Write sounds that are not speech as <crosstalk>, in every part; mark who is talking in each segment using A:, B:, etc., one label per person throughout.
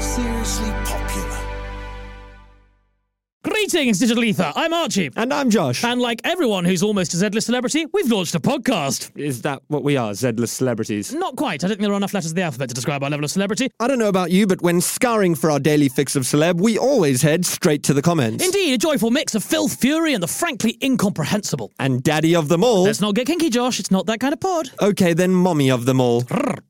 A: seriously popular.
B: Greetings, Digital Ether. I'm Archie.
C: And I'm Josh.
B: And like everyone who's almost a Z-list celebrity, we've launched a podcast.
C: Is that what we are, Zedless celebrities?
B: Not quite. I don't think there are enough letters of the alphabet to describe our level of celebrity.
C: I don't know about you, but when scouring for our daily fix of celeb, we always head straight to the comments.
B: Indeed, a joyful mix of filth, fury, and the frankly incomprehensible.
C: And daddy of them all.
B: Let's not get kinky, Josh. It's not that kind of pod.
C: Okay, then mommy of them all.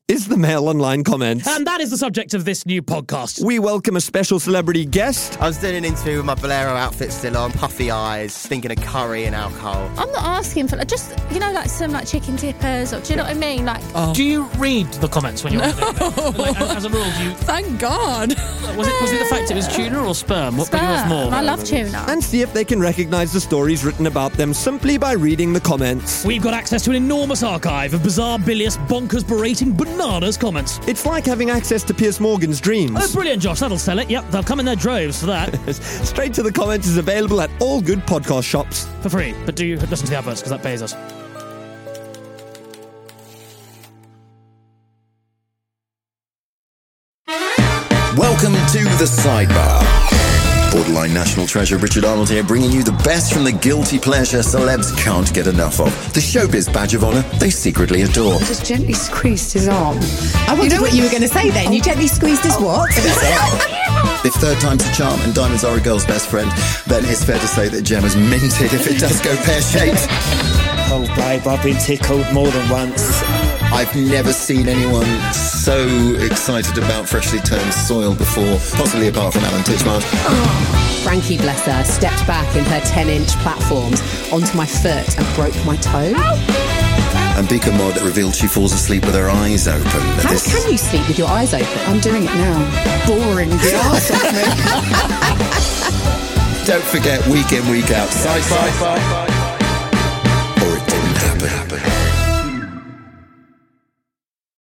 C: Is the mail online comments.
B: And that is the subject of this new podcast.
C: we welcome a special celebrity guest.
D: I was doing an interview with my bolero outfit still on, puffy eyes, stinking of curry and alcohol.
E: I'm not asking for like, just you know like some like chicken dippers or do you know what I mean like
B: Do you read the comments when you're no. like, as, as a rule, do you,
E: thank God
B: was it was it the fact it was tuna or sperm? What bring us more?
E: I love tuna
C: And see if they can recognize the stories written about them simply by reading the comments.
B: We've got access to an enormous archive of bizarre, bilious, bonkers, berating, bananas comments.
C: It's like having access to Pierce Morgan's dreams.
B: Oh, brilliant, Josh. That'll sell it. Yep, they'll come in their droves for that.
C: <laughs> Straight to the comments is available at all good podcast shops.
B: for free. But do listen to the adverts because that pays us.
F: Welcome to the sidebar. Borderline national treasure Richard Arnold here, bringing you the best from the guilty pleasure celebs can't get enough of. The showbiz badge of honour they secretly adore.
G: just gently squeezed his arm.
H: You know what you were going to say then? You gently squeezed his
G: <laughs>
H: what?
F: If third time's a charm and diamonds are a girl's best friend, then it's fair to say that Gemma's minted if it does go pear shaped.
I: Oh, babe, I've been tickled more than once.
F: I've never seen anyone so excited about freshly turned soil before, possibly apart from Alan Titchmarsh.
H: Frankie, bless her, stepped back in her 10 inch platforms onto my foot and broke my toe.
F: And Bika Mod revealed she falls asleep with her eyes open.
H: How can you sleep with your eyes open?
G: I'm doing it now. Boring.
F: <laughs> Don't forget, week in, week out, side by side.